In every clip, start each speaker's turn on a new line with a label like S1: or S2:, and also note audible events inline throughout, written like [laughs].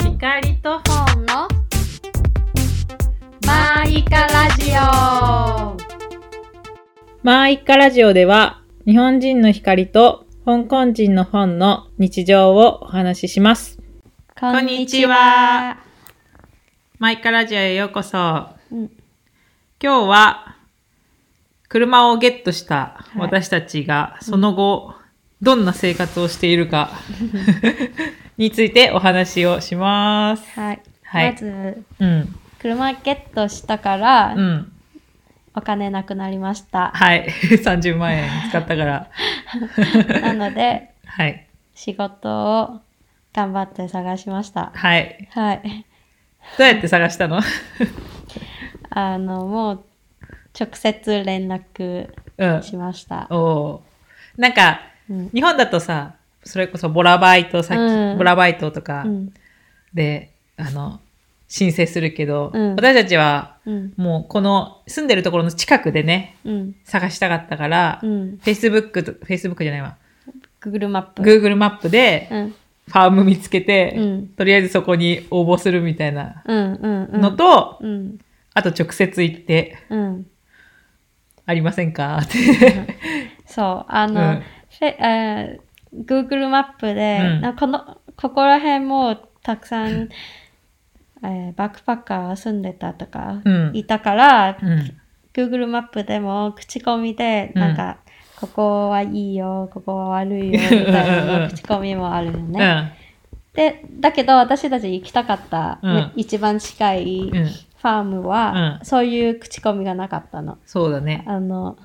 S1: 光と本のマイカラジオマーイカラジオでは日本人の光と香港人の本の日常をお話しします。
S2: こ
S1: んにちは。マイカラジオへようこそ。
S2: うん、
S1: 今日は車をゲットした
S2: い
S1: 私たちがその後、どんな生活をしている [laughs] かについてお話をします。
S2: はい。
S1: はい
S2: まず、
S1: うん。
S2: 車ゲットしたから、
S1: うん。
S2: お金なくなり
S1: [laughs]
S2: ました。
S1: はい。30万円使った [laughs] から。
S2: なので、
S1: はい。
S2: 仕事を頑張って探しました。
S1: はい。
S2: はい。
S1: どうやって探したの
S2: あの、もう、直接連絡
S1: うん。
S2: しました。
S1: おーなんか、
S2: うん。
S1: 日本だとさ、それこそボラバイト、さっき、
S2: うん
S1: ボラバイトとか
S2: うん。
S1: で、あの、申請するけど、
S2: うん
S1: 私たちは
S2: うん。
S1: もうこの住んでるところの近くでね、
S2: うん。
S1: 探したかったから、
S2: うん。
S1: Facebook と、Facebook じゃないわ、
S2: Google マップ。
S1: Google マップで
S2: うん。
S1: ファーム見つけて、
S2: うん
S1: とりあえずそこに応募するみたいな
S2: うん。うん。うん。
S1: のと、
S2: うん。
S1: あと直接行って、
S2: うん。
S1: ありませんかって。
S2: そう。あ
S1: う
S2: の、
S1: ん
S2: フェえー Google マップで、
S1: うん
S2: なこの、ここら辺もうたくさん、えーバックパッカーが住んでたとか
S1: うん、
S2: いたから、
S1: うん。
S2: Google マップでも口コミで、
S1: うん
S2: なんか、ここはいいよ、ここは悪いよ、みたいなの口コミもあるよ
S1: う
S2: ね。
S1: ん。
S2: で、だけど私たち行きたかった、
S1: うん
S2: ね一番近い
S1: うん。
S2: ファームは、
S1: うん
S2: そういう口コミがなかったの。
S1: そうだね。
S2: あの、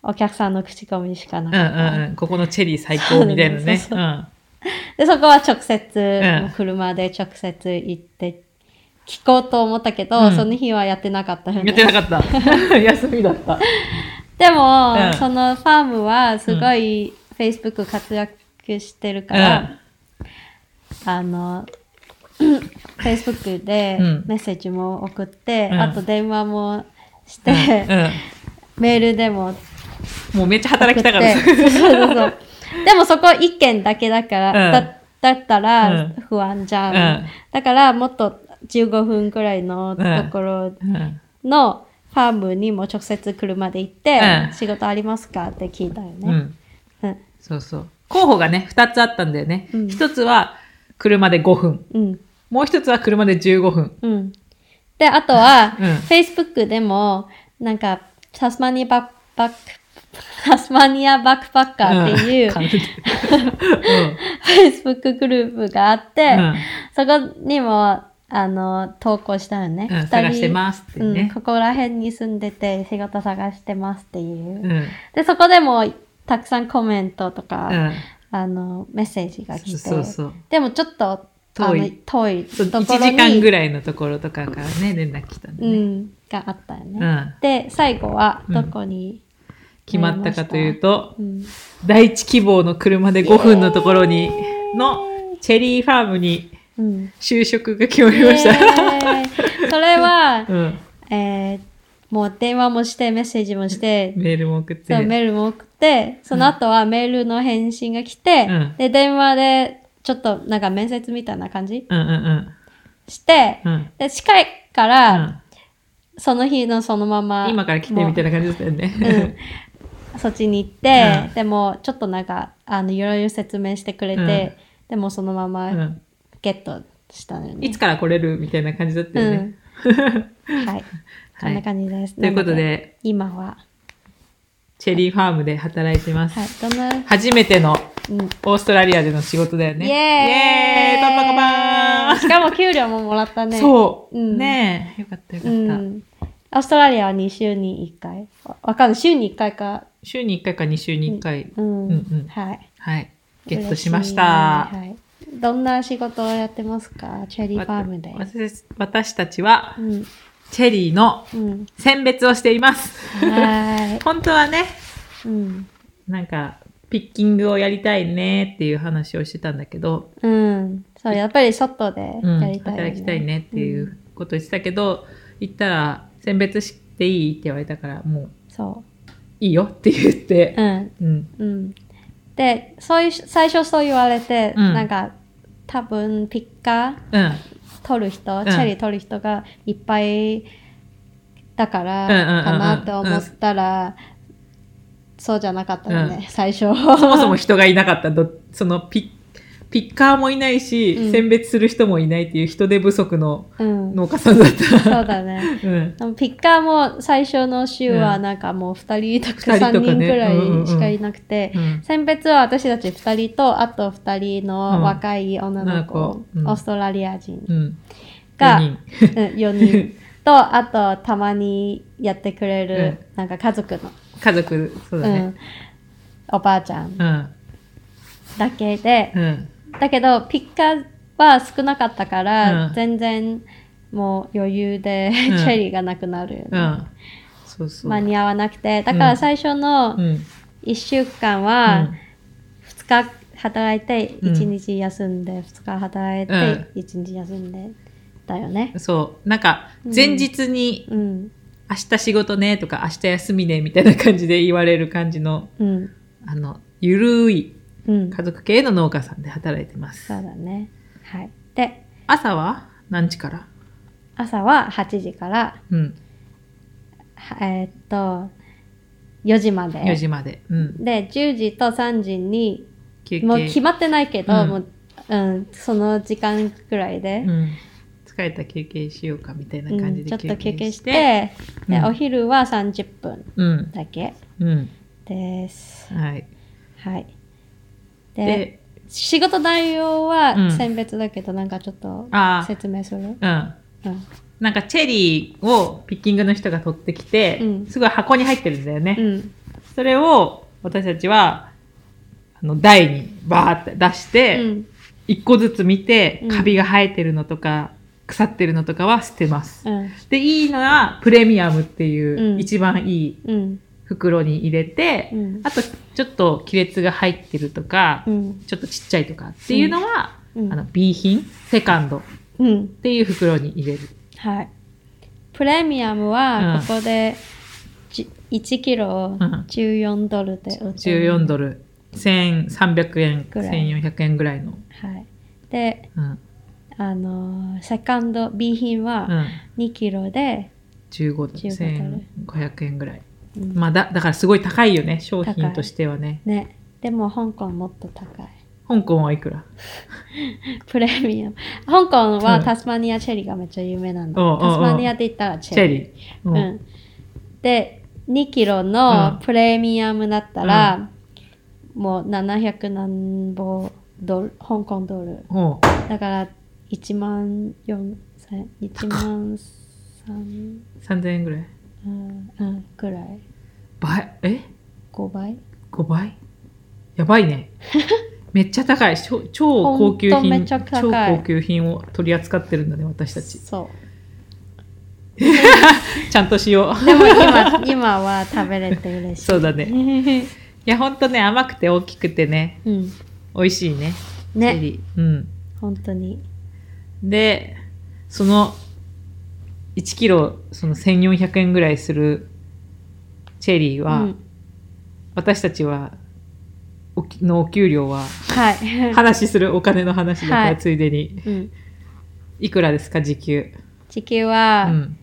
S2: お客さんの口コミしか
S1: うん
S2: な
S1: う
S2: かった。
S1: んうん。ここのチェリー最高みたいなね。。
S2: そううんで、そこは直接、
S1: ん
S2: もう車で直接行って、聞こうと思ったけど、
S1: うん
S2: その日はやってなかったよ
S1: やって
S2: ね。
S1: なかった。
S2: [laughs]
S1: 休みだった。
S2: でも、
S1: うん
S2: そのファームはすごい Facebook 活躍してるから、あの、Facebook で
S1: うん
S2: メッセージも送って、
S1: うん
S2: あと電話もし
S1: うん。
S2: て、メールでも
S1: うん。もうめっちゃ働きたかっ
S2: 送ってそうそうそう。でもそこ一件だけだから、
S1: うん
S2: だだった
S1: う
S2: ら
S1: ん
S2: 不安じゃん。
S1: うん
S2: だからもっと15分くらいのところ
S1: た。うん。
S2: のファームにも直接車で行って、
S1: うん
S2: 仕事ありますかって聞いたよね。
S1: うん。
S2: うん。
S1: そうそう。候補がね、二つあったんだよね。
S2: うん
S1: 一つは車で5分。
S2: うん。
S1: もう一つは車で15分。
S2: うん。で、あとは、
S1: うん
S2: Facebook でも、なんか、タスマニアバック、バック、タスマニアバックパッカーっていう、 [laughs]
S1: 感じでうん。
S2: Facebook グループがあって、
S1: うん
S2: そこにもあの投稿したよね。
S1: うん
S2: 二人
S1: 探してますってね
S2: うんここら辺に住んでて仕事探してますっていう。
S1: うん。
S2: で、そこでもたくさんコメントとか、
S1: うん。
S2: あのメッセージが来て。
S1: そうそう。
S2: でもちょっと
S1: 遠い
S2: あの遠い
S1: そう
S2: ところ
S1: 1時
S2: に
S1: 間ぐらいのところとかからね、連絡来たんで
S2: う
S1: ね。
S2: ん、があったよね。
S1: うん
S2: で、最後はどこに、
S1: 決まったかというと、
S2: うん
S1: 第一希望の車で5分のところに、のチェリーファームに
S2: うん
S1: 就職が決まりました。、
S2: イエーイそれ
S1: [laughs]
S2: は
S1: うん。
S2: えーもう電話もしてメッセージもして
S1: メールも送って。
S2: そうメールも送って、その後はメールの返信が来て、
S1: うん
S2: で、電話で、ちょっとなんか面接みたいな感じ
S1: うんうん
S2: して、
S1: うん。うん。
S2: で、近いか
S1: う
S2: ら、
S1: ん
S2: その日のそのまま、
S1: 今から来てみたい
S2: も
S1: な感じだったよ
S2: う
S1: ね。
S2: うそっちに行って、
S1: うん
S2: でも、ちょっとなんか、あの、いろいろ説明してくれて、
S1: うん
S2: でもその
S1: [laughs]
S2: ま
S1: う
S2: ま
S1: ん。
S2: ゲットしたのよね。
S1: いつから来れるみたいな感じだったよね。 [laughs]
S2: うん。はい。そんな感じです。
S1: ということで
S2: なの、今は、
S1: チェリーファームで働いてます。
S2: はい、どんな、
S1: 初めての
S2: うん
S1: オーストラリアでの仕事だよね。
S2: イエー
S1: イエ
S2: イ
S1: ーイパンパカパーン
S2: しかも給料ももらったね。
S1: そう、
S2: うん
S1: ねえ。よかったよか
S2: う
S1: った。
S2: ん。オーストラリアは2週に1回。わわかんない。週に1回か。
S1: 週に1回か2週に1回、
S2: うん。
S1: うんうん
S2: はい。
S1: はい、ゲットしました。
S2: 嬉しいはい。どんな仕事をやってますかチェリーファームで。
S1: わ私私たちは
S2: う、ん。
S1: チェリーの
S2: うん。
S1: 選別をしています。
S2: は
S1: [laughs] 本当はね、
S2: ーい。うん。
S1: なんか、ピッキングをやりたいねっていう話をしてたんだけど、
S2: うん。そう、やっぱり外で
S1: うん
S2: やりたい、
S1: 働きたいねっていうことを言ってたけど、行ったら、選別していいって言われたから、もう、
S2: うん。そ
S1: いいよって言っ
S2: う。
S1: て、
S2: うん。
S1: うん、
S2: うん。で、そういう、最初そう言われて、
S1: うん
S2: なんか、多分ピッカ
S1: う
S2: ー
S1: ん。うん
S2: 取る人、
S1: ん
S2: チェリー取る人がいっぱいだから
S1: うんうんうん
S2: かなと思ったら、そうじゃなかったのね、
S1: うん
S2: 最初。
S1: そもそも人がいなかったど、そのピッ、ピッカーもいないし、
S2: うん
S1: 選別する人もいないっていう人手不足の
S2: うん、
S1: 農家さんだった。
S2: そうだね。
S1: うん。
S2: でもピッカーも最初の週は
S1: うん
S2: なんかもう2人とか
S1: 二人
S2: 3
S1: とか
S2: 人
S1: ね
S2: くら
S1: うんうんうん
S2: いしかいなくて、
S1: うん
S2: 選別は私たち2人とあと2人の若い女の子、
S1: うん女の子うん
S2: オーストラリア人
S1: うん。
S2: が
S1: 四人
S2: 4人とあとたまにやってくれる、なんか家族の
S1: 家族、そうだ
S2: う
S1: ね。
S2: ん、おばあちゃ
S1: う
S2: ん
S1: ん。
S2: だけで、
S1: うん。
S2: だけどピッカーは少なかったから、
S1: うん
S2: 全然もう余裕で、
S1: うん
S2: チェリーがなくなるよね、
S1: うん。そうそう。
S2: 間に合わなくてだか
S1: う
S2: ら
S1: ん
S2: 最初の
S1: うん。
S2: 1週間
S1: う
S2: は
S1: ん
S2: 2日働いて
S1: うん
S2: 1日休んで、2日働いて
S1: うん
S2: 1日休んでだよね。
S1: そう。なんか、前日に、
S2: うん
S1: 明日仕事ねとか、明日休みねみたいな感じで言われる感じの、
S2: うん
S1: あの、ゆるい
S2: うん、
S1: 家族系の農家さんで働いてま
S2: そ
S1: す
S2: う。だね。はい、で
S1: 朝は何時から
S2: 朝は8時から、
S1: うん。
S2: はえーっと4時まで。
S1: 4時まで。うん。
S2: で10時と3時に
S1: 休憩。
S2: もう決まってないけど、
S1: うん
S2: もううん、その時間くらいで、
S1: うん。疲れた休憩しようかみたいな
S2: うん
S1: 感じ
S2: ちょ
S1: で
S2: っと休憩して、
S1: うん
S2: でお昼は30分
S1: うん。
S2: だけ
S1: うん。
S2: です。
S1: はい。
S2: はい、で
S1: で、
S2: 仕事内容
S1: う
S2: は
S1: ん
S2: 選別だけど、なんかちょっと
S1: ああ、
S2: 説明する
S1: うん。
S2: うん
S1: なんかチェリーをピッキングの人が取ってきて、
S2: うん
S1: すごい箱に入ってるんだよね。
S2: うん
S1: それを私たちは、あの、台にバーって出し
S2: う
S1: て、
S2: ん
S1: 一、個ずつ見て
S2: うん、
S1: カビが生えてるのとか、腐ってるのとかは捨てます。
S2: うん
S1: で、いいのはプレミアムっていう、
S2: うん
S1: 一番いい
S2: うん
S1: 袋に入れて、
S2: うん
S1: あと、ちょっと亀裂が入ってるとか、
S2: うん
S1: ちょっとちっちゃいとかっていうのは、
S2: うん
S1: あの、B 品、セカンドっ
S2: うん
S1: ていう袋に入れる。
S2: はいプレミアム
S1: う
S2: は
S1: ん
S2: ここでじ1キ
S1: う
S2: ロ
S1: ん
S2: 14ドルで売ってる
S1: 14ドル1300円
S2: ぐらい
S1: 1400円ぐらいの、
S2: はい、で
S1: うん
S2: あのーセカンド B 品
S1: う
S2: は
S1: ん、
S2: 2キロで、
S1: 15ドル
S2: 15ドル
S1: 1500円ぐらい、
S2: うん
S1: まあ、だだからすごい高いよね商
S2: 高
S1: 品
S2: い
S1: としてはね
S2: ねでも香港もっと高い [laughs]
S1: 香港はいくら
S2: プレミアム香港
S1: う
S2: は
S1: ん
S2: タスマニアチェリーがめっちゃ有名なんだ、
S1: おうおうおう
S2: タスマニアで言ったらチ
S1: チ
S2: ェ
S1: ェ
S2: リー
S1: リー、うん
S2: うん、で2キロの
S1: うん
S2: プレミアムだったら、もう700何本ドル香港ドル
S1: おう
S2: だから1万4千1万3
S1: 3000円ぐらい
S2: うんうんくらい
S1: 倍え
S2: 5倍
S1: 5倍やばい
S2: [laughs]
S1: ねめっちゃ高いしょ超高級
S2: ほんとめ
S1: 品
S2: ちゃ高い
S1: 超高級品を取り扱ってるんだね私た
S2: [laughs]
S1: ち
S2: そう
S1: ちゃんとしよう
S2: でも今 [laughs] 今は食べれて嬉しい。
S1: そうだねいやほんとね甘くて大きくてね
S2: [laughs] うん。
S1: 美味しいねチェ
S2: ね、
S1: リーうん
S2: 本当に。
S1: で、その1キロ、その1400円ぐらいするチェリー
S2: う
S1: は、
S2: ん、
S1: 私たちは、おきのお給料は、
S2: はい。
S1: 話するお金の話だから、
S2: はい
S1: ついでに。
S2: [laughs] うん、
S1: いくらですか、時給。
S2: 地球
S1: う
S2: は
S1: ん。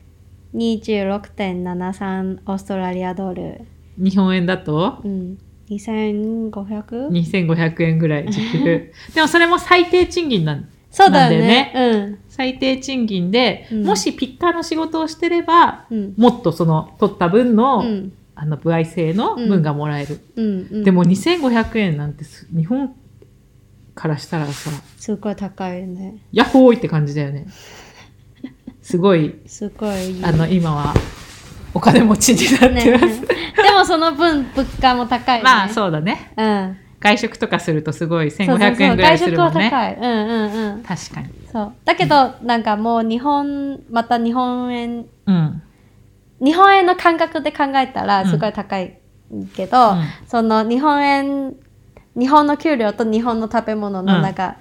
S2: 26.73オーストラリアドル。
S1: 日本円だと、
S2: うん。2500?
S1: 2500円ぐらい時
S2: [laughs]
S1: 給。でもそれも最低賃金なん
S2: そうだよね。
S1: 最低賃金で、
S2: うん
S1: もしピッカーの仕事をしてれば、
S2: うん。うん。
S1: もっとその取った分の、
S2: うん。
S1: あの、歩合制の分がもらえる。
S2: うん。うん
S1: で、も2500円なんてす日本からしたらさ、
S2: すごい高いよね。
S1: ヤッホーイって感じだよ
S2: [laughs]
S1: ね。すごい、
S2: すごいいい。
S1: あの、今はお金持ちに [laughs] なって
S2: ね、
S1: ます。
S2: でもその分物価も高いよね。
S1: まあ
S2: う。
S1: そうだね。
S2: うん。
S1: 外食とかするとすごい
S2: そうそう
S1: 1500
S2: そ
S1: 円
S2: う
S1: ぐら
S2: 外
S1: いす
S2: 食
S1: るも
S2: は
S1: んね。
S2: 高い。うんうんうん。
S1: 確かに。
S2: そう。だけど、なんかもう日本、また日本円、
S1: うん。
S2: 日本円の感覚で考えたらすごい高いけど、
S1: うん
S2: その日本円、日本の給料と日本の食べ物の中、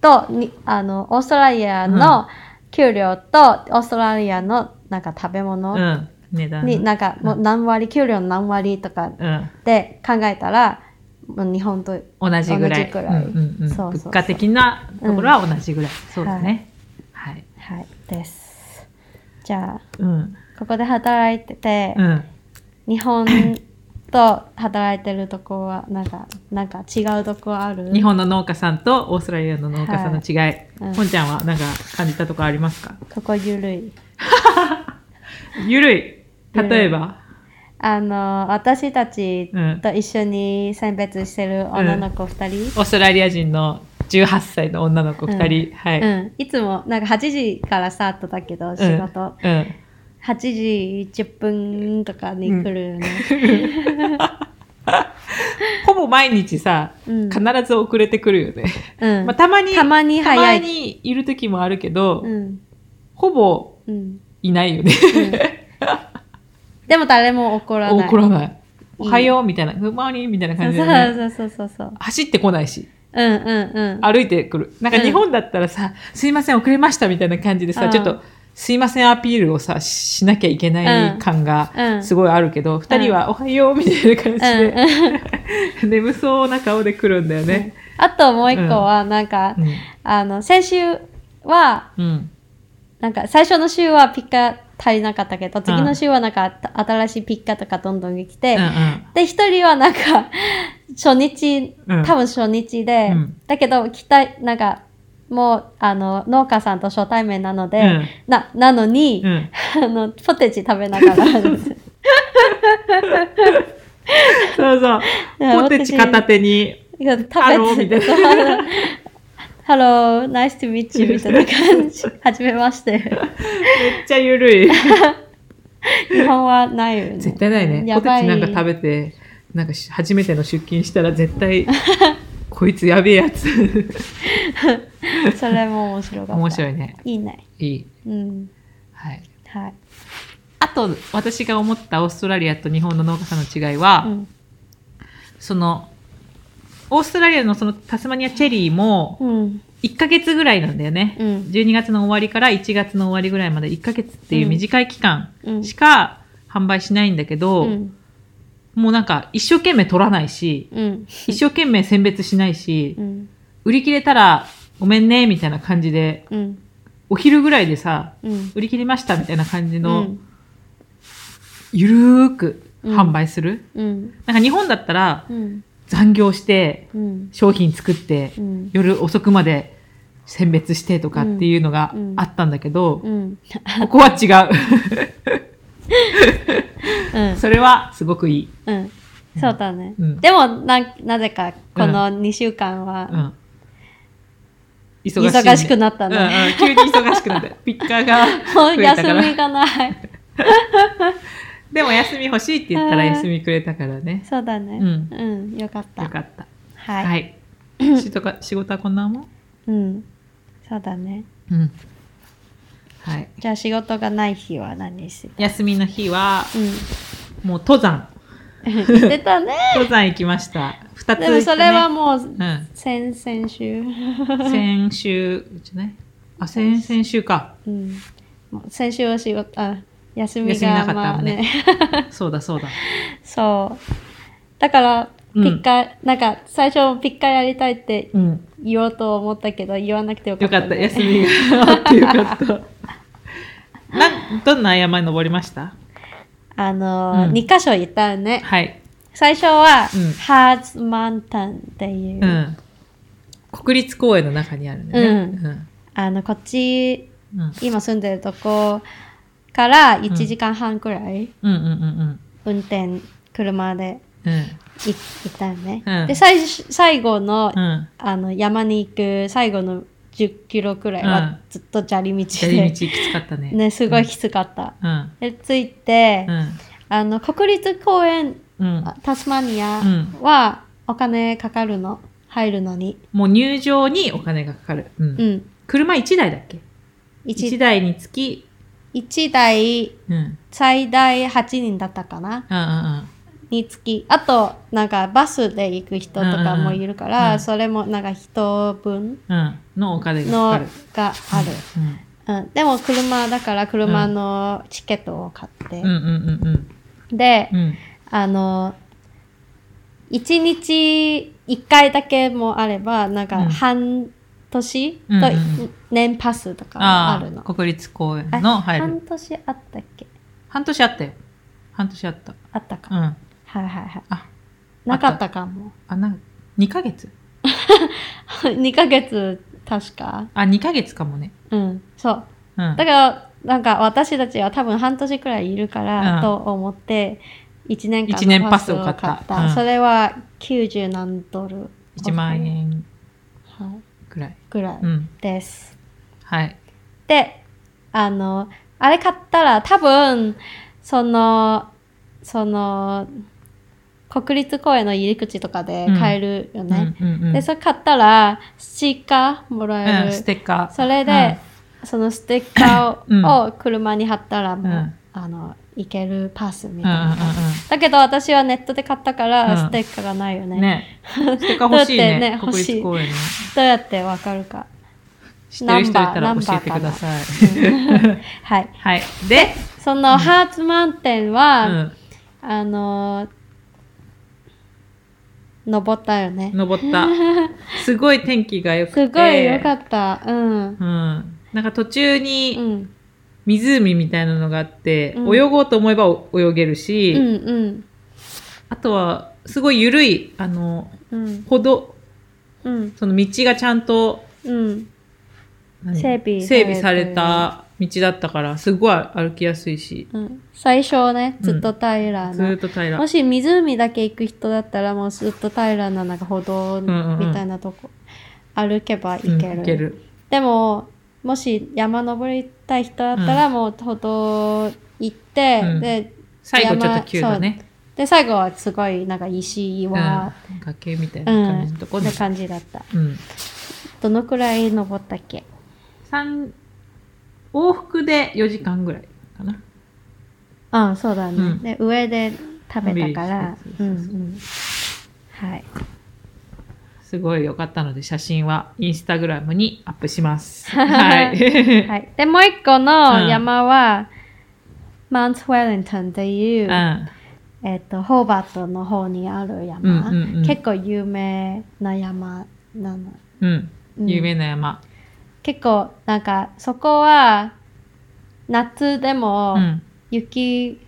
S2: と、にあの、オーストラリアの給料と、オーストラリアのなんか食べ
S1: う
S2: 物
S1: ん。値段。
S2: に、なんかもう何割、給料の何割とか
S1: うん。
S2: で考えたら、まあ日本と、
S1: 同じぐらい。
S2: 同じくらい
S1: うんうんうん
S2: そうそうそう
S1: 物価的なところは同じぐらい。そうだね。はい。
S2: はい、です。じゃあ、
S1: うん。
S2: ここで働いてて、
S1: うん。
S2: 日本と働いてるとこは、なんか、なんか違うとこある
S1: 日本の農家さんとオーストラリアの農家さんの違い。
S2: うん
S1: 本ちゃんはなんか感じたとこありますか
S2: ここゆるい。
S1: ゆるい。
S2: うん
S1: 例えば、
S2: あの、私たち
S1: うん
S2: と一緒に選別してる女の子2人。
S1: オーストラリア人の18歳の女の子2人。はい。
S2: うん、いつもなんか8時からスタートだけど仕事、
S1: うん。
S2: 8時10分とかに来るよね、
S1: ほぼ毎日さ、
S2: うん
S1: 必ず遅れてくるよね。
S2: うん
S1: まあ、たまに、
S2: たまに
S1: た
S2: 早
S1: ま
S2: い
S1: にいる時もあるけど、
S2: うん
S1: ほぼ
S2: うん
S1: いないよね。
S2: うんでも誰も怒らな
S1: [laughs]
S2: い
S1: 怒らない。
S2: う
S1: お
S2: ん
S1: はようみたいな、good morning みたいな感じで、ね、
S2: そうそうそうそうそう
S1: 走ってこないし、
S2: うんうんうん
S1: 歩いてくる。なんか
S2: うん
S1: 日本だったらさ、すいません遅れましたみたいな感じで
S2: う
S1: さ、
S2: ん
S1: ちょっと、すいませんアピールをさ、しなきゃいけない感
S2: う
S1: が
S2: ん
S1: すごいあるけど、二、人はおはようみたいな感じで、
S2: うんうん
S1: 眠そうな顔で来るんだよね。
S2: あともう一個はなんか、あの先週は
S1: うん。うん
S2: なんか最初の週はピッカ足りなかったけど次の週はなんかあた新しいピッカとかどんどん来て、
S1: うん
S2: で、一人はなんか、初日、
S1: うん
S2: 多分初日で、
S1: うん
S2: だけど、期待、なんか、もう、あの、農家さんと初対面なので、
S1: うん
S2: な、なのに、
S1: うん。うん。
S2: あの、ポテチ食べなが
S1: [laughs]
S2: ら、
S1: そうそう。
S2: うん
S1: ポテチ片手に、
S2: 食べて
S1: ハローみたい
S2: な。ハロー、ナイスとミッチみたいな感じ。はじめまして。
S1: めっちゃゆるい。
S2: 日本はないよね。
S1: 絶対ないね。
S2: や
S1: ポテ
S2: ばい
S1: チなんか食べて、なんかし初めての出勤したら絶
S2: [laughs]
S1: 対、こいつやべえやつ。
S2: それも面白かった。
S1: 面白いね。
S2: いいね。
S1: いい。
S2: うん。
S1: はい。
S2: はい。
S1: あと、私が思ったオーストラリアと日本の農家さんの違いは、
S2: うん。
S1: その、オーストラリアのそのタスマニアチェリーも、
S2: うん。
S1: 1ヶ月ぐらいなんだよね。
S2: うん
S1: 12月の終わりから1月の終わりぐらいまで1ヶ月っていう短い期間
S2: うん
S1: しか販売しないんだけど、
S2: うん。
S1: もうなんか一生懸命取らないし、
S2: うん。
S1: 一生懸命選別しないし
S2: う、ん。
S1: 売り切れたらごめんね、みたいな感じで、
S2: うん。
S1: お昼ぐらいでさ、
S2: うん。
S1: 売り切れましたみたいな感じの、
S2: うん
S1: ゆるーく販売する。
S2: うん
S1: なんか日本だったら
S2: うん
S1: 残業して、
S2: うん
S1: 商品作って、
S2: うん
S1: 夜遅くまで選別してとかっていうのが
S2: うん
S1: あったんだけど、
S2: うん
S1: ここは違
S2: [laughs]
S1: う。それはすごくいい。
S2: うんそうだね、
S1: うん
S2: でもななぜかこの2週間は、
S1: うん。忙しいね
S2: 忙しくなったね
S1: うんうん急に忙しくなった。
S2: [laughs]
S1: ピッカーが
S2: もう
S1: 増えたか
S2: [laughs] 休
S1: ら。
S2: みがない
S1: でも休み欲しいって言ったら休みくれたからね。
S2: [laughs] そうだね
S1: うん
S2: うん、よかった
S1: よかった。
S2: はい、
S1: はい。
S2: [laughs]
S1: 仕事か仕事はこんなもん
S2: うんそうだね
S1: うん。はい。
S2: じゃあ仕事がない日は何して
S1: 休みの日は、
S2: うん
S1: もう登山。
S2: [laughs] 言ってたね
S1: [laughs] 登山行きました。二つ行った、
S2: で
S1: ね。
S2: もそれはもう
S1: うん。
S2: 先々週
S1: 先週じゃないあ先々週か
S2: [laughs] うんもう先週は仕事あ休み
S1: 休みな
S2: が
S1: かった
S2: ま
S1: も
S2: あ
S1: んね
S2: ね
S1: そうだそうだ
S2: そう。だから、
S1: う
S2: ピ
S1: ん
S2: ッカ、なんか、最初、ピッカやりたいって
S1: うん
S2: 言おうと思ったけど、言わなくてよか
S1: よ
S2: っ
S1: か
S2: た、
S1: った休みがあってよかった [laughs] なんどんな山に登りました
S2: [laughs] あのー、
S1: うん
S2: 二2箇所行ったよね。
S1: はい
S2: 最初は、
S1: うん
S2: ハーツマンタンっていう、
S1: うん国立公園の中にあるんだよね
S2: あの、こっち、
S1: うんうん
S2: 今住んでるとこから1時間半くらい、
S1: うんうんうん
S2: 運転、車で
S1: うんうん
S2: い行ったよね。
S1: うん
S2: で、最初、最後の、
S1: うん
S2: あの、山に行く最後の10キロくらいは、ずっと砂利道
S1: 砂
S2: で、
S1: 利道きつかったね
S2: ね、すごいきつかった。
S1: うん
S2: で着いて、
S1: うん
S2: あの国立公園
S1: うん
S2: タスマニア
S1: うん
S2: はお金かかるの入るのに
S1: もう入場にお金がかかる、うん
S2: うん
S1: 車1台だっけ ?1
S2: 1,
S1: 台につき、
S2: 1台
S1: うん、うん
S2: 最大8人だったかな
S1: うんうん
S2: につきあとなんかバスで行く人とかもいるか
S1: うんうん
S2: ら、
S1: うん
S2: それもなんか人分
S1: うんのお金がかか
S2: の
S1: る
S2: がある、うん、でも車だから車のチケットを買って
S1: うん、うんうんうん
S2: で、
S1: うん
S2: あの一日一回だけもあれば、な
S1: う
S2: ん
S1: ん
S2: か半年と
S1: うんうん
S2: 年パスとかもあ
S1: あ
S2: るの。
S1: あ、国立公園の入
S2: 半
S1: る。
S2: 年あったっけ
S1: 半年あったよ。半年あった。
S2: あったか。
S1: うん。
S2: はいはいはい。
S1: あ
S2: なかったかも。 [laughs]
S1: あ、な、2ヶ月
S2: 2ヶ月確か。
S1: あ、2ヶ月かもね。
S2: うん。そう。
S1: うん
S2: だ。から、なんか私たちは多分半年くらいいるか
S1: うん
S2: らと思って、1年
S1: 一年
S2: 間の
S1: パ
S2: パ
S1: ス
S2: ス
S1: を
S2: を
S1: 買
S2: 買
S1: っ
S2: ったた。
S1: うん
S2: それは90何ドル。
S1: 1万。円
S2: はい。
S1: くらい。
S2: ぐらい
S1: うん。
S2: です。
S1: はい。
S2: で、あの、あれ買ったら多分、その、その、国立公園の入り口とかで買えるよね。
S1: うんうんうん
S2: で、それ買ったら、ステッカーもらえ
S1: うん
S2: る。
S1: ステッカー。
S2: それで、そのステッカーを,、
S1: う
S2: 車に貼ったらもう、
S1: うん
S2: あのいけるパスみ
S1: うん、う
S2: たい
S1: んうん
S2: な、だけど私はネットで買ったか
S1: うん
S2: らステッカーがないよ
S1: う
S2: ね,、
S1: ん。ね。ステッカー欲しいね。
S2: だってね
S1: 国立公園の。
S2: どうやってわか
S1: [laughs]
S2: るか、
S1: 知ってる人いた
S2: ナ
S1: ら
S2: ンバー
S1: 教えてください。
S2: うんはい
S1: はい。で、
S2: その、ハーツマウンテン
S1: う
S2: は、
S1: ん。
S2: あの登ったよね
S1: 登った。すごい天気が良くて。
S2: すごいよかったうん
S1: うん。なんか途中
S2: う
S1: に
S2: ん
S1: 湖みたいなのがあって、
S2: うん
S1: 泳ごうと思えばお泳げるし、
S2: うんうん
S1: あとはすごい緩い、あの、
S2: うん
S1: 歩道、
S2: うん
S1: その道がちゃんと
S2: うん
S1: 何
S2: 整備
S1: 整備された道だったから、すごい歩きやすいし、
S2: うん最初ねずっと平ら
S1: ず
S2: の、
S1: ーっと平ら
S2: も。し湖だけ行く人だったらもうずっと平らななんか歩道みたいなとこ歩けば
S1: う
S2: 行
S1: ん
S2: ける,、
S1: 行ける。
S2: でももし山登りたい人だったらもう歩道行って、
S1: うん
S2: で
S1: 最後ちょっと急だね。
S2: で最後はすごいなんか石
S1: うん。
S2: 岩
S1: 崖みたいな
S2: うん、
S1: 感じのとこで
S2: な。感じだった
S1: うん。
S2: どのくらい登ったっけ
S1: 三往復で4時間ぐらいかな。
S2: ああそうだね、
S1: うん
S2: で上で食べたから
S1: そう
S2: う
S1: そ
S2: ん
S1: う
S2: う
S1: そうん
S2: はい
S1: すごい良かったので、写真はインスタグラムにアップし
S2: [laughs]
S1: ます。はい。
S2: はい、でもう一個の山は、マウントウェリントンって [laughs] い
S1: う
S2: う、
S1: ん。
S2: えっとホーバートの方にある山、
S1: うんうんうん
S2: 結構有名な山なの、
S1: うん。
S2: うん
S1: 有名な山。
S2: 結構なんかそこは夏でも
S1: うん。
S2: 雪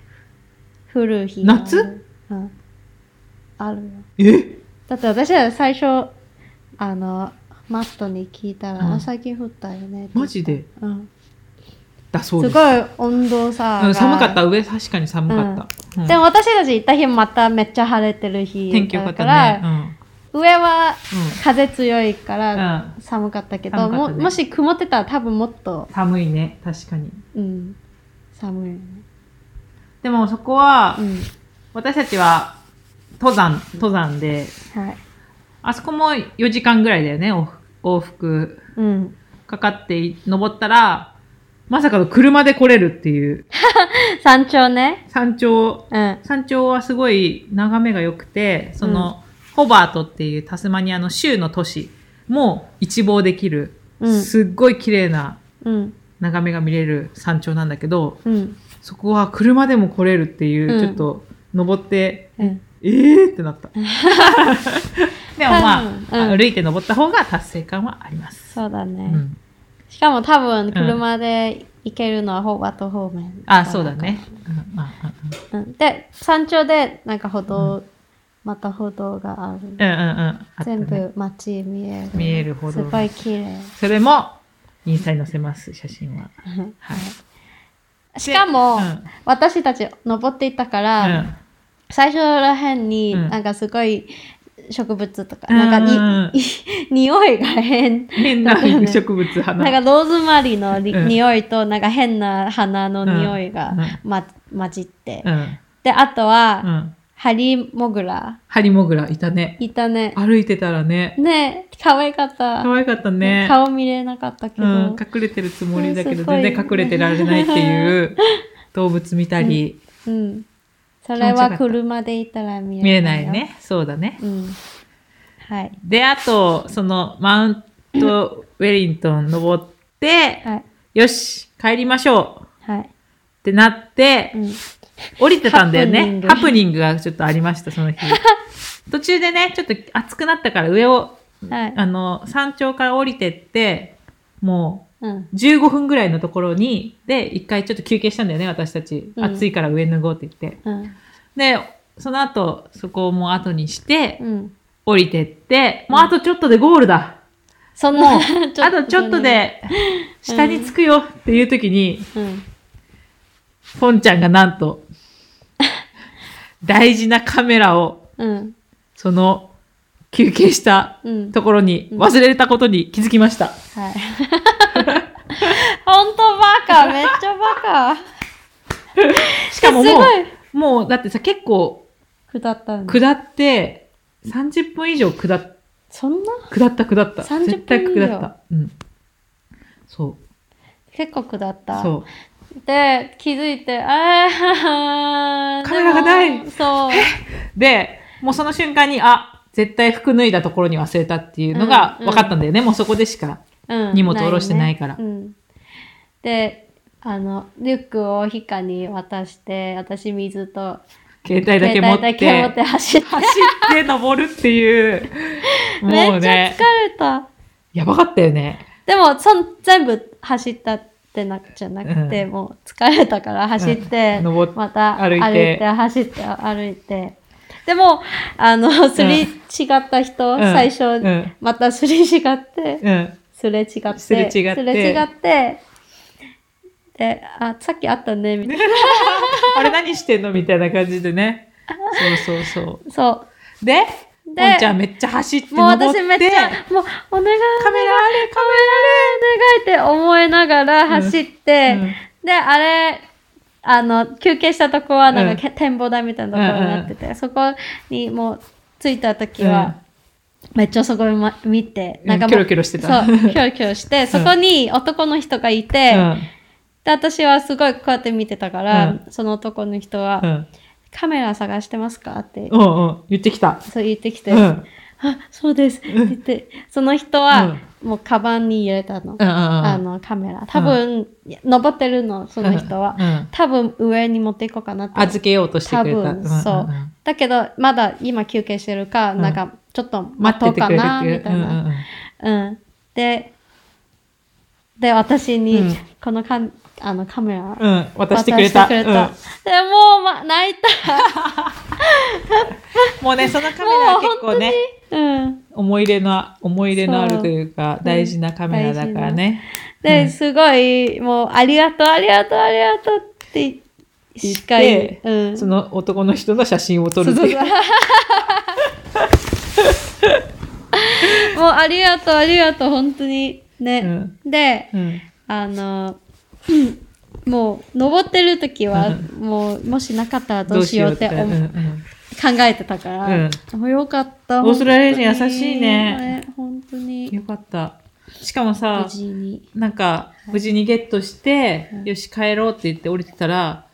S2: 降る日がある
S1: 夏、
S2: うん、あるよ
S1: え
S2: だって私は最初あのマットに聞いたら、
S1: うん
S2: あ最近降ったよねって言った
S1: マジで
S2: うん
S1: だそう
S2: す
S1: です。
S2: ごい温度差
S1: う
S2: が
S1: ん寒かった。上、確かに寒かった。うん
S2: でも私たち行った日まためっちゃ晴れてる日
S1: 天気良かった
S2: だ
S1: ね。
S2: か
S1: う
S2: ら、
S1: ん。
S2: 上
S1: う
S2: は
S1: ん
S2: 風強いから
S1: うん
S2: 寒かったけど、
S1: 寒かっ
S2: も
S1: たね
S2: もし曇ってたら多分もっと、
S1: 寒いね。確かに。
S2: うん、寒いよね。
S1: でもそこは
S2: う、ん
S1: 私たちは登山、登山で、
S2: はい
S1: あそこも4時間ぐらいだよね、往復往復
S2: うん、 [laughs]
S1: かかって登ったら、まさかの車で来れるっていう、
S2: 山頂ね、
S1: 山頂、
S2: うん
S1: 山頂はすごい眺めが良くて、その、ホバートっていうタスマニアの州の都市も一望できる、
S2: うん
S1: すっごい綺麗な
S2: うん
S1: 眺めが見れる山頂なんだけど、
S2: うん
S1: そこは車でも来れるっていう、
S2: うん
S1: ちょっと登って、
S2: うん、
S1: えーってな
S2: [laughs]
S1: った。でもまあ、
S2: うん
S1: 歩いて登った方が達成感はあります。
S2: そうだね、
S1: うん
S2: しかも多分車で行けるのはホーバート方面
S1: あ、そうだね。うんまあ
S2: うん、で山頂でなんか歩道、また歩道がある、
S1: うんうんうんうんあったね
S2: 全部街見える
S1: 見える歩
S2: す
S1: 道
S2: ごい綺麗
S1: それも、インスタに載せます、写真は。はい
S2: しかも、
S1: うん
S2: 私たち登っていったか
S1: う
S2: ら、
S1: ん
S2: 最初らへんに
S1: うん
S2: なんかすごい植物とか、
S1: うん
S2: なん
S1: う
S2: か
S1: ん
S2: に、 [laughs] 匂いが変
S1: 変な
S2: だからね
S1: 植物花。
S2: なんかローズマリーのり、
S1: うん
S2: 匂いとなんか変な花の匂いが
S1: うん
S2: ま、混じって、
S1: うん。
S2: であとは、
S1: うん。
S2: ハリモグラ
S1: ハリモグラいたね。
S2: いたね
S1: 歩いてたらね。
S2: ね可愛かった
S1: 可愛かったね。
S2: 顔見れなかったけ
S1: う
S2: ど、
S1: ん、隠れてるつもりだけ
S2: う
S1: ど
S2: んすごい
S1: 全然隠れてられないっていう
S2: [laughs]
S1: 動物見たり
S2: うん。そ
S1: ちよ
S2: れ
S1: かった
S2: は車でいたら見
S1: 見え
S2: え
S1: な
S2: ない
S1: い
S2: よ。
S1: ねそうだね
S2: うん。はい。
S1: であとそのマウントウェリントン登って
S2: はい。
S1: よし帰りましょう
S2: はい。
S1: ってなって
S2: うん。
S1: 降りてたんだよ
S2: ハプニン
S1: ね
S2: グ [laughs]
S1: ハプニングがちょっとありましたその日途中でね、ちょっと暑くなったから上を、
S2: はい。
S1: あの、山頂から降りてって、も
S2: うん。
S1: う15分ぐらいのところに、で、一回ちょっと休憩したんだよね、私たち。
S2: うん
S1: 暑いから上脱ごうって言って。
S2: うん。
S1: で、その後、そこをもう後にして、
S2: うん。
S1: 降りてって、もうあとちょっとでゴールだ。
S2: そん
S1: も [laughs]
S2: な、
S1: う
S2: ちょ
S1: あとちょっと。で、下に着くよっていう時に、
S2: うん。
S1: ポンちゃんがなんと、大事なカメラを、
S2: うん。
S1: その、休憩した
S2: うん。
S1: ところに、
S2: うん
S1: 忘れたことに気づきました。
S2: はい。 [laughs] ほんとバカめっちゃバカ
S1: しかも
S2: す
S1: も
S2: ご
S1: う、もうだってさ、結構、
S2: い下ったんだ。
S1: 下って、30分以上下っ
S2: そんな
S1: 下った、下った。
S2: 30分
S1: 絶対下った。うん。そ
S2: 結構下っ
S1: う。
S2: た。
S1: そう。
S2: で、気づいて、あー、
S1: [laughs] カメラがない
S2: でもそう。
S1: で、もうその瞬間に、あ、絶対服脱いだところに忘れたっていうのが
S2: うん
S1: 分かったんだよね。もうそこでしか。
S2: うん
S1: 荷物下ろしてないから
S2: ねうん、であのリュックをヒカに渡して私水と
S1: 携帯だけ持っ
S2: 携帯だ
S1: て、
S2: け持って走って
S1: 走って登るっていう。 [laughs] もう
S2: [laughs] めっちゃ
S1: ね
S2: 疲、れた
S1: やばかったよね。
S2: でもそん全部走ったってなじゃなくて、
S1: うん
S2: もう疲れたから走って、
S1: うん登っ
S2: また
S1: 歩
S2: 歩
S1: い
S2: い
S1: て
S2: て走って歩いてでもあのすれ違った人、
S1: うん
S2: 最初、
S1: うん
S2: またすれ違って、
S1: うん。 [laughs]
S2: すれ違って。
S1: すれ違って
S2: すれ違ってで、あ、さっきあったね、みたいな。
S1: あれ何してんのみたいな感じでね。そうそうそ。
S2: そう
S1: で、
S2: う。
S1: ポンちゃ
S2: で、
S1: んめっちゃ走って
S2: もう
S1: 登って。
S2: 私めっちゃ、もう、お願い、
S1: カメラあれ、カ
S2: お願いって思いながら走って、
S1: うんうん
S2: で、あれ、あの、休憩したとこは、なんか、
S1: う
S2: 展望台みたいなところになってて、そこにもう、着いた時
S1: メラ
S2: は、めっちゃそこをま見て、
S1: うん
S2: なんかもう、
S1: キョロキョロしてた
S2: そう、キョロキョロして、そこに男の人がいて、
S1: うん。うん
S2: で私はすごいこうやって見てたから、
S1: うん
S2: その男の人は、
S1: うん。
S2: カメラ探してますかって
S1: うんうん。言ってきた。
S2: そう言ってきて、
S1: うん。うん
S2: あそうですって言ってその人は、もうカバンに入れたの、
S1: うんうん。
S2: あのカメラ多分、登ってるのその人は、
S1: うん
S2: 多分上に持っていこうかなって
S1: 預けようとしてくれた。
S2: 多分そうだけどまだ今休憩してるか、
S1: うん
S2: なんかちょっと待
S1: 待
S2: と
S1: っ
S2: う
S1: てて
S2: か
S1: くれる
S2: なみたい
S1: う
S2: な、
S1: んうんうん
S2: うん、でで私に、
S1: うん
S2: このカンあのカメラ、
S1: うん、渡してくれた。
S2: 渡してくれた
S1: うん
S2: でもう、ま、泣いた。
S1: もうね、その [laughs] カメラ
S2: も
S1: は
S2: う本
S1: 結
S2: 当
S1: 構
S2: に。
S1: ね、
S2: うん。
S1: 思い入れのあ、思い入れのあるというか
S2: そ、う
S1: 大事なカメラだからね。う
S2: で、
S1: ん
S2: すごい、もう、ありがとう、ありがとう、ありがとうって、しか
S1: 言っ
S2: 言
S1: て
S2: う。うん。
S1: その男の人の写真を撮るっていう。
S2: そうそうそうもう、ありがとう、ありがとう、本当に。ね。で、
S1: うん
S2: あの、うんもう、登ってる時は、
S1: う
S2: もう、もしなかったらどうしようって
S1: ど
S2: 思
S1: う
S2: う
S1: しようってうんうん
S2: 考えてたから、もうよかった。
S1: オーストラリア人
S2: 本当に
S1: 優しいね。
S2: 本当に。
S1: よかった。しかもさ
S2: 無、事に。
S1: なんか、無事にゲットして、
S2: うん
S1: よし、帰ろうって言って降りてたら、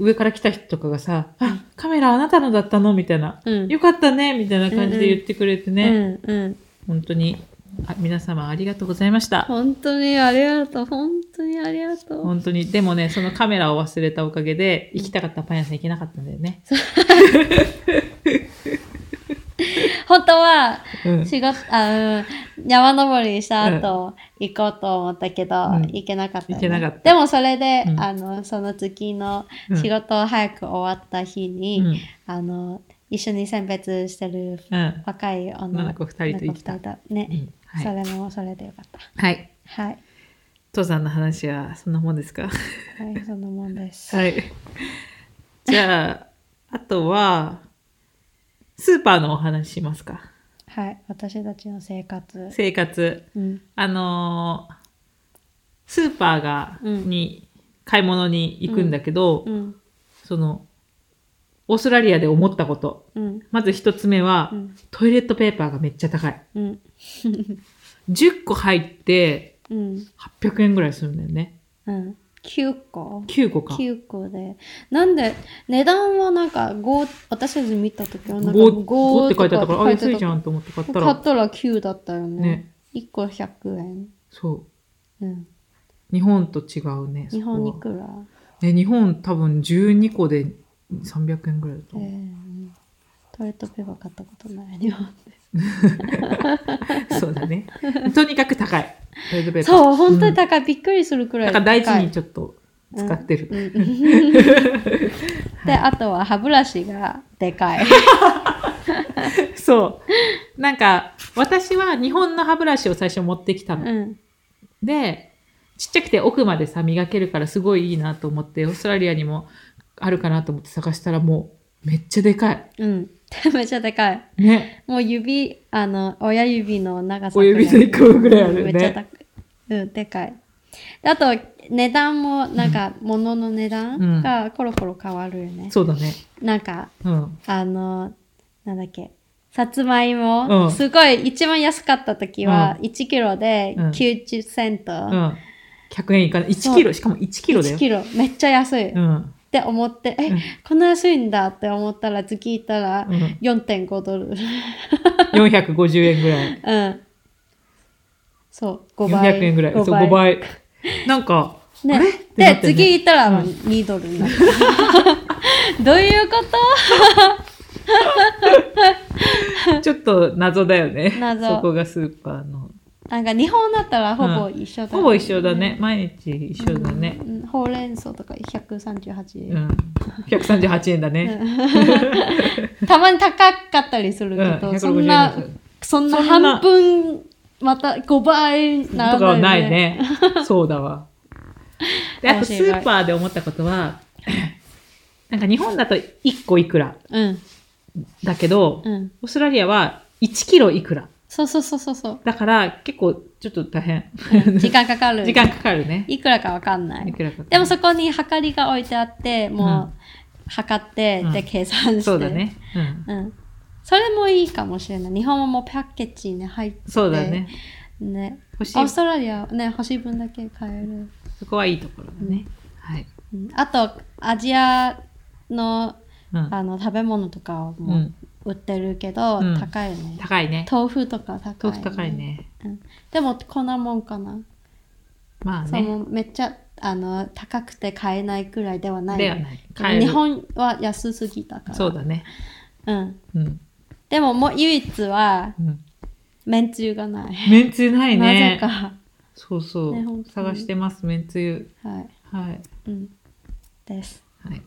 S1: 上から来た人とかがさ、あ、カメラあなたのだったのみたいな。
S2: うん
S1: よかったねみたいな感じで言ってくれてね。
S2: うんうん。
S1: 本当にあ皆様ありがとうございました。
S2: 本当にありがとう。本当にありがとう。
S1: 本当に。でもね、そのカメラを忘れたおかげで、行きたかったパン屋さん行けなかったんだよね。
S2: 本当は、
S1: うん。
S2: 仕事、あうん、山登りした後、行こうと思ったけど、
S1: うん
S2: 行けなかった、ね。
S1: 行けなかった
S2: でもそれで、
S1: うん
S2: あの、その月の
S1: うん
S2: 仕事を早く終わった日に、
S1: うん。
S2: あの、一緒に選別してる
S1: うん。
S2: 若い女
S1: 女の
S2: の
S1: 子
S2: 子
S1: 二人と行きた
S2: 二人と
S1: う
S2: ね、
S1: んは
S2: そ
S1: い。
S2: れもそれでよかった。
S1: はい。
S2: はい。
S1: 登山の話はそんなもんですか
S2: はい、そんなもんです。
S1: はい。じゃあ、あとは、スーパーのお話しますか。
S2: はい。私たちの生活。
S1: 生活。
S2: うん。
S1: あのースーパーが、
S2: うん
S1: に、買い物に行くんだけど、
S2: うん。
S1: その、オーストラリアで思ったこと。
S2: うん。
S1: まず一つ目は、
S2: うん。
S1: トイレットペーパーがめっちゃ高い。
S2: うん。
S1: 10個入って
S2: うん。
S1: 800円ぐらいするんだよね。
S2: うん、9個
S1: 9個か。
S2: 9個でなんで値段はなんか5私たち見た時はなんか
S1: 5, 5って書いてあったから、あ、
S2: 書
S1: 安い
S2: て
S1: じ
S2: た
S1: ゃんと思って買った
S2: 買っ
S1: ら、
S2: たら9だったよね
S1: ね
S2: 1個100円、
S1: そ
S2: うん、
S1: う。日本と違うね。
S2: 日本いく
S1: る。
S2: ら、
S1: ね、日本多分12個で300円ぐらいだと
S2: え
S1: 思う。
S2: ートイレットペーパー買ったこと
S1: [laughs]
S2: ない日本
S1: そうだね。 [laughs] とにかく高い。トイレットペ
S2: で。
S1: ーパー。
S2: そう、本当に高い。びっくりするくら
S1: だ
S2: い
S1: か
S2: 高
S1: ら
S2: い。
S1: 大事にちょっと使ってる。
S2: うんうん
S1: [laughs]
S2: で、あとは歯ブラシがでかい。
S1: [laughs] そう。なんか、私は日本の歯ブラシを最初持ってきた
S2: う
S1: の。
S2: ん。
S1: で、ちっちゃくて奥までさ、磨けるからすごいいいなと思って、オーストラリアにもあるかなと思って探したらもう、めっちゃでかい。
S2: うん。めっちゃでかい。
S1: ね。
S2: もう指、あの、親指の長さ
S1: お
S2: ぐらい。
S1: 指で1個ぐらいある
S2: め
S1: よ
S2: っちゃ高
S1: ね。
S2: い。うん、でかい。であと、値段も、なんか、物の値
S1: うん
S2: 段がコロコロ変わるよね。
S1: そうだね。
S2: なんか、
S1: うん。
S2: あの、なんだっけ、さつまいうも、
S1: ん
S2: すごい、一番安かった時は、1キロで
S1: うん
S2: 90セント。
S1: うん。100円いかない。1キロ、しかも1キロだよ
S2: 1。キロ。めっちゃ安い。
S1: う
S2: っ
S1: ん。
S2: て思って、え、
S1: うん
S2: こんな安いんだって思ったら、次行ったら
S1: う、ん。
S2: 4.5ドル。 [laughs]
S1: 450円ぐらい。
S2: うん。そう、5倍。
S1: 400円ぐらい。そう、
S2: 5倍
S1: 5倍。なん
S2: [laughs]
S1: か、あれっ
S2: ね、
S1: てなっ
S2: で、
S1: てね
S2: 次行ったら
S1: うん
S2: 2ドルになる。 [laughs] どういうこ
S1: ちょっと謎だよね。
S2: 謎
S1: そこがスーパーの。
S2: となんか日本だったらほぼ一緒だ、
S1: ほぼ一緒だね。。毎日一緒だね。
S2: うん、ほうれん草とか138
S1: う
S2: 円、
S1: ん。138円だね。
S2: たまに高かったりす
S1: う
S2: る
S1: ん。
S2: けど、そん
S1: 150
S2: な
S1: 円
S2: そんな
S1: そんな
S2: 半分また5倍にな
S1: とかは
S2: ら
S1: な
S2: ない
S1: い
S2: よね [laughs]
S1: ね。そうだわ。で、あと
S2: 面
S1: ス
S2: 白い
S1: ーパーで思ったことは、 [coughs] なんか日本だと1個いくらだけど、
S2: うんうん
S1: オーストラリアは1キロいくら。
S2: そうそうそうそうそう
S1: だから結構ちょっと大変。
S2: 時間かか
S1: [laughs]
S2: る
S1: 時間かかるね。
S2: いくらかわかんない
S1: いくらかかる
S2: でもそこに測りが置いてあって
S1: う
S2: もう測って、
S1: うん
S2: で計算して
S1: そうだね。うん。
S2: うん。それもいいかもしれない。日本もパッケージに入って。
S1: そうだね。。
S2: ね。
S1: 欲しい
S2: オーストラリアはね、欲しい分だけ買える。
S1: そこはいいところだね。はい。
S2: うんあと、アジアの
S1: うん。
S2: あの食べ物とか
S1: う
S2: も
S1: ん、
S2: 売ってるけど、
S1: うん
S2: 高いよね。
S1: 高いね。
S2: 豆腐とか高い、
S1: 豆腐高い。ね。
S2: うん、でも、こんなもんかな。
S1: まあ
S2: そう
S1: ね。
S2: もうめっちゃあの高くて買えないくらいではない。
S1: ではない。買える
S2: 日本は安すぎたから。
S1: そうだね。
S2: うん。
S1: うん。
S2: でも、もう唯一は、
S1: うん。
S2: めんつゆがない。
S1: めんつゆない
S2: なぜ
S1: ね。
S2: か。
S1: そうそ
S2: ね本当
S1: う。
S2: に
S1: 探してます、めんつゆ。
S2: はい。
S1: はい。
S2: うん。です。
S1: はい。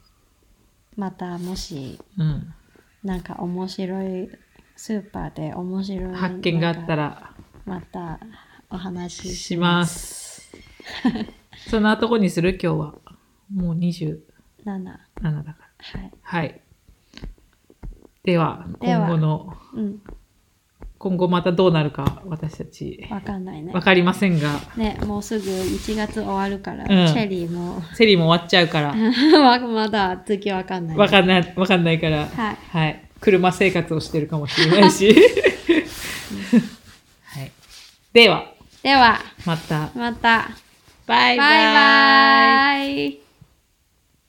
S2: またもし、
S1: うん。
S2: なんか面白い、スーパーで面白い
S1: 発見があった
S2: ら。
S1: ら
S2: またお話し
S1: します。そんなとこにする今日は。もう27
S2: 7。
S1: だから。
S2: はい。
S1: はい。では、
S2: では
S1: 今後の、
S2: うん。
S1: 今後またどうなるか私たち
S2: わかんないね
S1: わ。かりませんが、
S2: ね、もうすぐ1月終わるから、
S1: うん
S2: チェリーも、
S1: セリも終わっちゃうから。
S2: [laughs] わまだ次わかんない。
S1: わかんない、わかんないから、
S2: はい
S1: 車生活をしてるかもしれない [laughs] し。はい。では、
S2: では、
S1: また。
S2: また。
S1: バイバイ。
S2: バイバイ。